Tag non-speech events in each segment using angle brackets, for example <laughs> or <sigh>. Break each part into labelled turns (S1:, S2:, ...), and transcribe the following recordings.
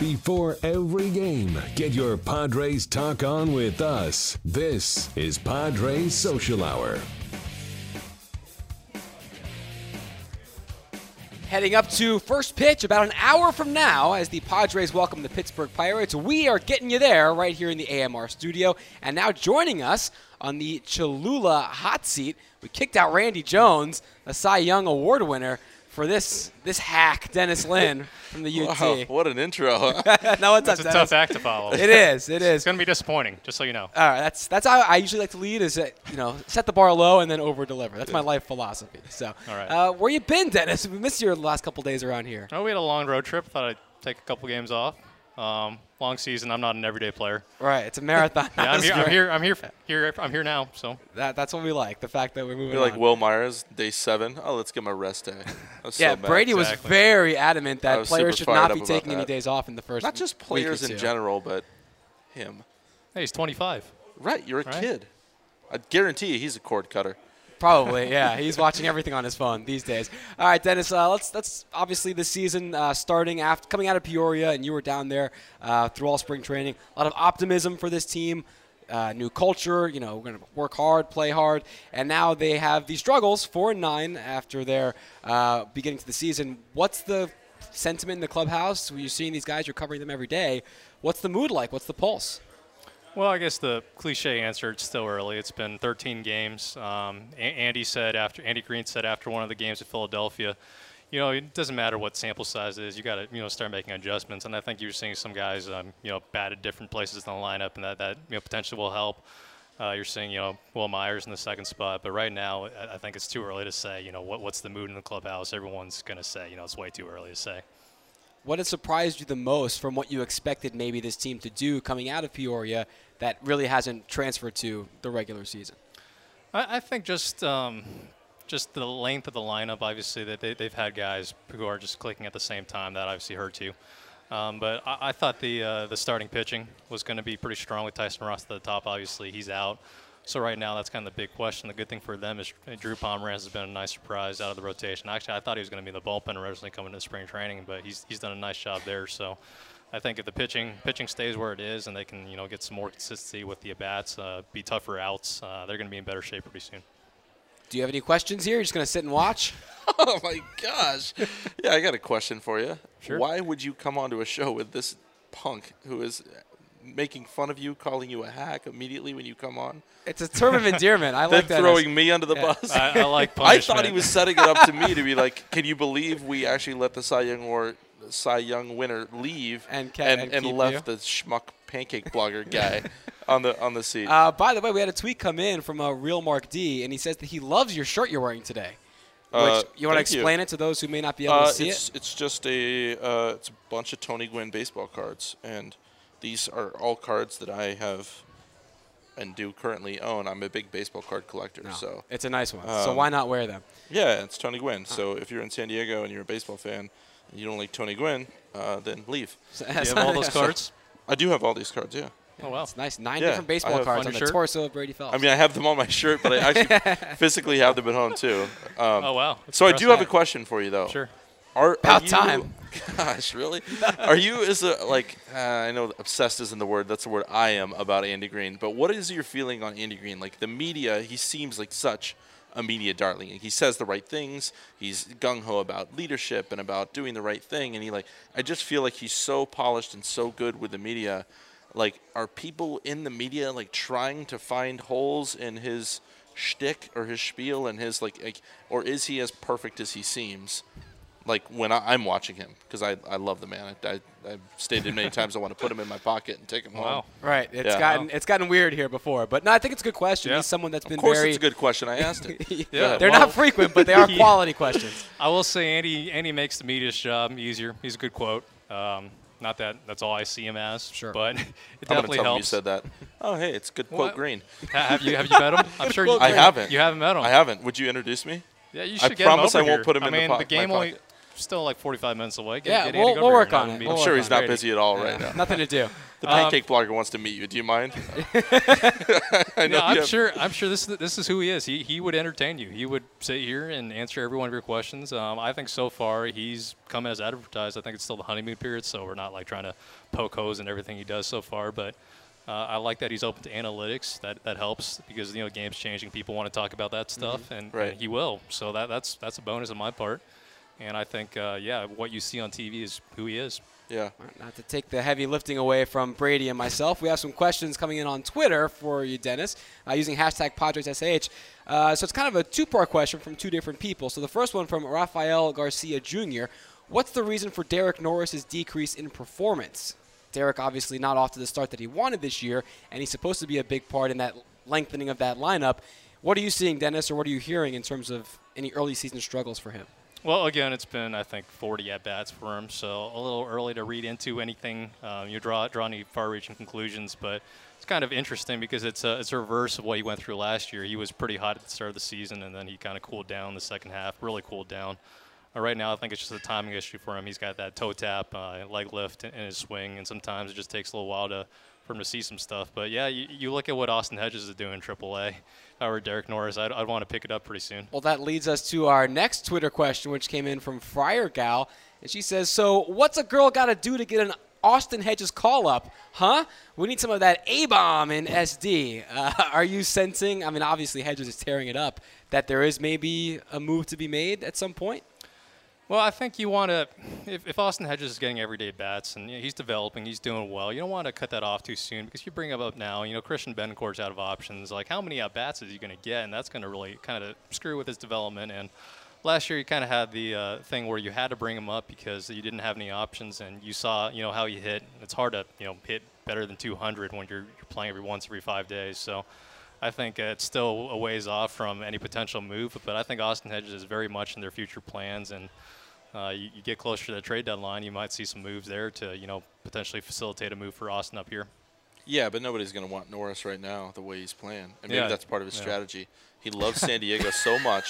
S1: Before every game, get your Padres talk on with us. This is Padres Social Hour.
S2: Heading up to first pitch about an hour from now as the Padres welcome the Pittsburgh Pirates. We are getting you there right here in the AMR studio. And now joining us on the Cholula hot seat, we kicked out Randy Jones, a Cy Young Award winner, for this this hack, Dennis Lynn from the UT.
S3: <laughs> Wow, what an intro. huh?
S2: <laughs> no, it's
S4: That's a tough act to <laughs> follow.
S2: It is. It
S4: It's
S2: is.
S4: going to be disappointing, just so you know.
S2: All right, that's that's how I usually like to lead is that, you know set the bar low and then over deliver. That's my life philosophy. So,
S4: All right.
S2: uh, where you been, Dennis? We missed you the last couple days around here.
S4: Oh, we had a long road trip. Thought I'd take a couple games off. Um, long season. I'm not an everyday <laughs> player.
S2: Right, it's a
S3: <laughs>
S2: marathon.
S4: Yeah, I'm
S2: That's
S4: here. I'm
S2: right.
S4: here. I'm here. Here. I'm here now. So
S2: That, that's what we like. The fact that we're moving.
S3: You're like
S2: on.
S3: Will Myers, day seven. Oh, let's get my rest day. I was so
S2: yeah,
S3: mad.
S2: Brady was
S4: Exactly.
S2: very adamant
S3: I
S2: that
S3: was
S2: players
S3: super
S2: should
S3: fired
S2: not
S3: up
S2: be
S3: about
S2: taking any
S3: that.
S2: days off in the first.
S3: Not just
S2: week or
S3: players in
S2: two.
S3: general, but him.
S4: hey, he's 25.
S3: Right, you're a
S4: Right.
S3: kid. I guarantee you he's a cord
S2: <laughs>
S3: cutter.
S2: Probably, yeah. He's watching everything on his phone these days. All right, Dennis. Uh, let's let's obviously the season uh, starting after coming out of Peoria, and you were down there uh, through all spring training. A lot of optimism for this team. Uh, new culture, you know, we're going to work hard, play hard, and now they have these struggles, four and nine after their uh, beginning to the season. What's the sentiment in the clubhouse? You're seeing these guys, you're covering them every day. What's the mood like? What's the pulse?
S4: Well, I guess the cliche answer. It's still early. It's been 13 games. Um, A- Andy said after Andy Green said after one of the games at Philadelphia, you know, it doesn't matter what sample size it is. You got to you know start making adjustments. And I think you're seeing some guys um, you know bat at different places in the lineup, and that that you know potentially will help. Uh, you're seeing, you know, Will Myers in the second spot, but right now, I, I think it's too early to say, you know, what, what's the mood in the clubhouse. Everyone's going to say, you know, it's way too early to say.
S2: What has surprised you the most from what you expected maybe this team to do coming out of Peoria that really hasn't transferred to the regular season?
S4: I, I think just um, just the length of the lineup. Obviously, that they, they've had guys who are just clicking at the same time. That obviously hurts you. Um, but I, I thought the uh, the starting pitching was going to be pretty strong with Tyson Ross at the top. Obviously, he's out. So right now, that's kind of the big question. The good thing for them is Drew Pomeranz has been a nice surprise out of the rotation. Actually, I thought he was going to be in the bullpen originally coming to spring training, but he's, he's done a nice job there. So I think if the pitching pitching stays where it is and they can you know get some more consistency with the at bats, uh, be tougher outs, uh, they're going to be in better shape pretty soon.
S2: Do you have any questions here? You're just going to sit and watch?
S3: Oh my gosh. <laughs> yeah, I got a question for you.
S4: Sure.
S3: Why would you come onto a show with this punk who is making fun of you, calling you a hack immediately when you come on,
S2: It's a term of endearment. <laughs> I
S3: then
S2: like that.
S3: throwing me under the
S2: Yeah, <laughs>
S3: bus?
S4: <laughs> I, I like
S3: I
S4: punishment.
S3: thought he was setting it up to me to be like, "Can you believe we actually let the Cy Young or Cy Young winner leave
S2: And ca- and
S3: and,
S2: keep
S3: left the schmuck pancake
S2: <laughs>
S3: blogger guy on the on the seat?"
S2: Uh, by the way, we had a tweet come in from a real Mark D, and he says that he loves your shirt you're wearing today. Which
S3: Uh,
S2: you want to
S3: thank you.
S2: explain it to those who may not be able
S3: Uh,
S2: to see
S3: it's
S2: it?
S3: it's just a uh, it's a bunch of Tony Gwynn baseball cards, and these are all cards that I have and do currently own. I'm a big baseball card collector,
S2: No,
S3: so
S2: it's a nice one. so
S3: um,
S2: why not wear them?
S3: yeah, it's Tony Gwynn. So if you're in San Diego and you're a baseball fan and you don't like Tony Gwynn, uh, then leave.
S4: Do
S3: <laughs>
S4: you have all those cards?
S3: I do have all these cards, yeah.
S4: Oh wow.
S2: It's <laughs> nice. Nine
S3: Yeah,
S2: different
S3: I
S2: baseball
S3: have-
S2: cards
S4: On
S2: on the
S4: your shirt?
S2: torso of Brady Phelps.
S3: I mean, I have them on my shirt, but I actually physically have them at home too. Um,
S4: Oh wow. That's
S3: so I do
S4: impressive.
S3: have a question for you though.
S4: Sure.
S3: Are,
S2: About
S3: you-
S2: time.
S3: <laughs> Gosh, really? Are you is a, like uh, I know obsessed isn't the word. That's the word I am about Andy Green. But what is your feeling on Andy Green? Like the media, he seems like such a media darling. He says the right things. He's gung ho about leadership and about doing the right thing. And he like I just feel like he's so polished and so good with the media. Like are people in the media like trying to find holes in his shtick or his spiel and his like, like or is he as perfect as he seems? like when I, I'm watching him because I, I love the man. I, I, I've stated many times I want to put him in my pocket and take him home.
S4: Wow.
S2: Right. It's
S3: Yeah.
S2: gotten it's gotten weird here before, but no, I think it's a good question.
S4: Yeah.
S2: He's someone that's been
S3: Of course,
S2: very. <laughs>
S3: it's a good question. I asked
S4: <laughs>
S3: it.
S4: Yeah.
S2: They're
S4: well-
S2: not frequent, but they
S3: <laughs>
S2: are quality questions.
S4: I will say Andy Andy makes the media's job easier. He's a good quote. Um, not that that's all I see him as.
S2: Sure.
S4: But <laughs> it
S3: I'm gonna
S4: definitely
S3: tell him you
S4: helps.
S3: said that. Oh, hey, it's good
S4: Well,
S3: quote green.
S4: Ha- have you have you met him?
S3: <laughs>
S4: I'm sure you,
S3: I haven't.
S4: You haven't met him.
S3: I haven't. Would you introduce me?
S4: Yeah, you
S3: I
S4: should get him
S3: promise
S4: over
S3: I won't
S4: here.
S3: put him
S4: I
S3: in the
S4: mean,
S3: po-
S4: the game
S3: my
S4: only
S3: pocket.
S4: still like 45 minutes away. Get,
S2: Yeah,
S4: get
S2: we'll-
S4: Andy
S2: we'll
S4: Gober
S2: work
S4: and have
S2: on
S4: him
S2: it.
S4: meet
S2: We'll
S3: I'm
S4: him.
S2: work
S3: sure
S2: on
S3: he's
S2: it.
S3: not
S2: Great.
S3: busy at all right now.
S2: Nothing to do.
S3: The pancake
S4: Um,
S3: blogger wants to meet you. Do you
S4: <laughs>
S3: mind? <laughs> I know
S4: Yeah,
S3: you
S4: I'm
S3: have-
S4: sure. I'm sure this is this is who he is. He he would entertain you. He would sit here and answer every one of your questions. Um, I think so far he's come as advertised. I think it's still the honeymoon period, so we're not like trying to poke holes in everything he does so far. But uh, I like that he's open to analytics. That that helps because you know games changing. People want to talk about that stuff, and,
S3: Mm-hmm. Right.
S4: and he will. So that that's that's a bonus on my part. And I think uh, yeah, what you see on TV is who he is.
S3: Yeah.
S2: Not to take the heavy lifting away from Brady and myself, we have some questions coming in on Twitter for you, Dennis, uh, using hashtag PadresSH. Uh, so it's kind of a two-part question from two different people. So the first one from Rafael Garcia Jr. What's the reason for Derek Norris's decrease in performance? Derek obviously not off to the start that he wanted this year, and he's supposed to be a big part in that lengthening of that lineup. What are you seeing, Dennis, or what are you hearing in terms of any early season struggles for him?
S4: Well, again, it's been I think 40 at bats for him, so a little early to read into anything. Um, you draw draw any far-reaching conclusions, but it's kind of interesting because it's a it's a reverse of what he went through last year. He was pretty hot at the start of the season, and then he kind of cooled down the second half. Really cooled down. Uh, right now, I think it's just a timing issue for him. He's got that toe tap, uh, leg lift in in his swing, and sometimes it just takes a little while to for him to see some stuff. But yeah, you, you look at what Austin Hedges is doing in AAA. If I were Derek Norris, I'd, I'd want to pick it up pretty soon.
S2: Well, that leads us to our next Twitter question, which came in from Friar Gal, and she says, "So, what's a girl got to do to get an Austin Hedges call up? Huh? We need some of that A bomb in SD. Uh, <laughs> are you sensing? I mean, obviously Hedges is tearing it up. That there is maybe a move to be made at some point.
S4: Well, I think you want to, if, if Austin Hedges is getting everyday bats and you know, he's developing, he's doing well, you don't want to cut that off too soon because you bring him up now, you know, Christian Bencourt's out of options. Like, how many at bats is he going to get? And that's going to really kind of screw with his development. And last year, you kind of had the uh, thing where you had to bring him up because you didn't have any options and you saw, you know, how he hit. It's hard to, you know, hit better than 200 when you're, you're playing every once every five days. So, I think uh, it's still a ways off from any potential move, but I think Austin Hedges is very much in their future plans. And uh, you, you get closer to the trade deadline, you might see some moves there to you know potentially facilitate a move for Austin up here.
S3: Yeah, but nobody's going to want Norris right now the way he's playing. And maybe
S4: Yeah.
S3: that's part of his
S4: Yeah.
S3: strategy. He loves San Diego so
S4: <laughs>
S3: much,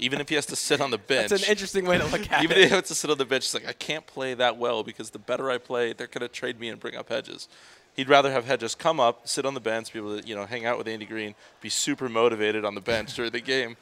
S3: even if he has to sit on the bench.
S2: That's an interesting way to look at
S3: even
S2: it.
S3: if he has to sit on the bench, it's like, I can't play that well because the better I play, they're going to trade me and bring up Hedges. He'd rather have Hedges come up, sit on the bench, be able to you know, hang out with Andy Green, be super motivated on the bench during the game,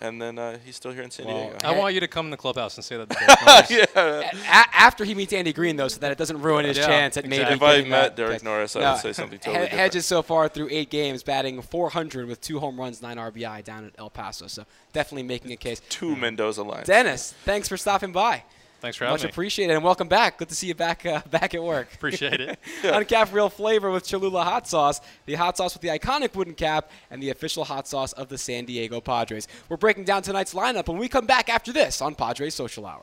S3: and then uh, he's still here in San Diego.
S4: I want you to come in the clubhouse and say <laughs> that. To Derek Norris.
S2: A- after he meets Andy Green, though, so that it doesn't ruin his
S4: Yeah,
S2: chance at maybe.
S4: exactly.
S3: If I
S2: getting
S3: met
S2: that
S3: Derek
S2: pick.
S3: Norris, I would say something totally
S2: He-
S3: different.
S2: Hedges so far through eight games, batting 400 with two home runs, nine RBI down at El Paso. So definitely making a case.
S3: Two Mendoza lines.
S2: Dennis, thanks for stopping by.
S4: Thanks for having
S2: Much
S4: me.
S2: appreciated, and welcome back. Good to see you back uh, <laughs> back at work.
S4: Appreciate it.
S2: Uncap real flavor with Cholula hot sauce, the hot sauce with the iconic wooden cap, and the official hot sauce of the San Diego Padres. We're breaking down tonight's lineup when we come back after this on Padres Social Hour.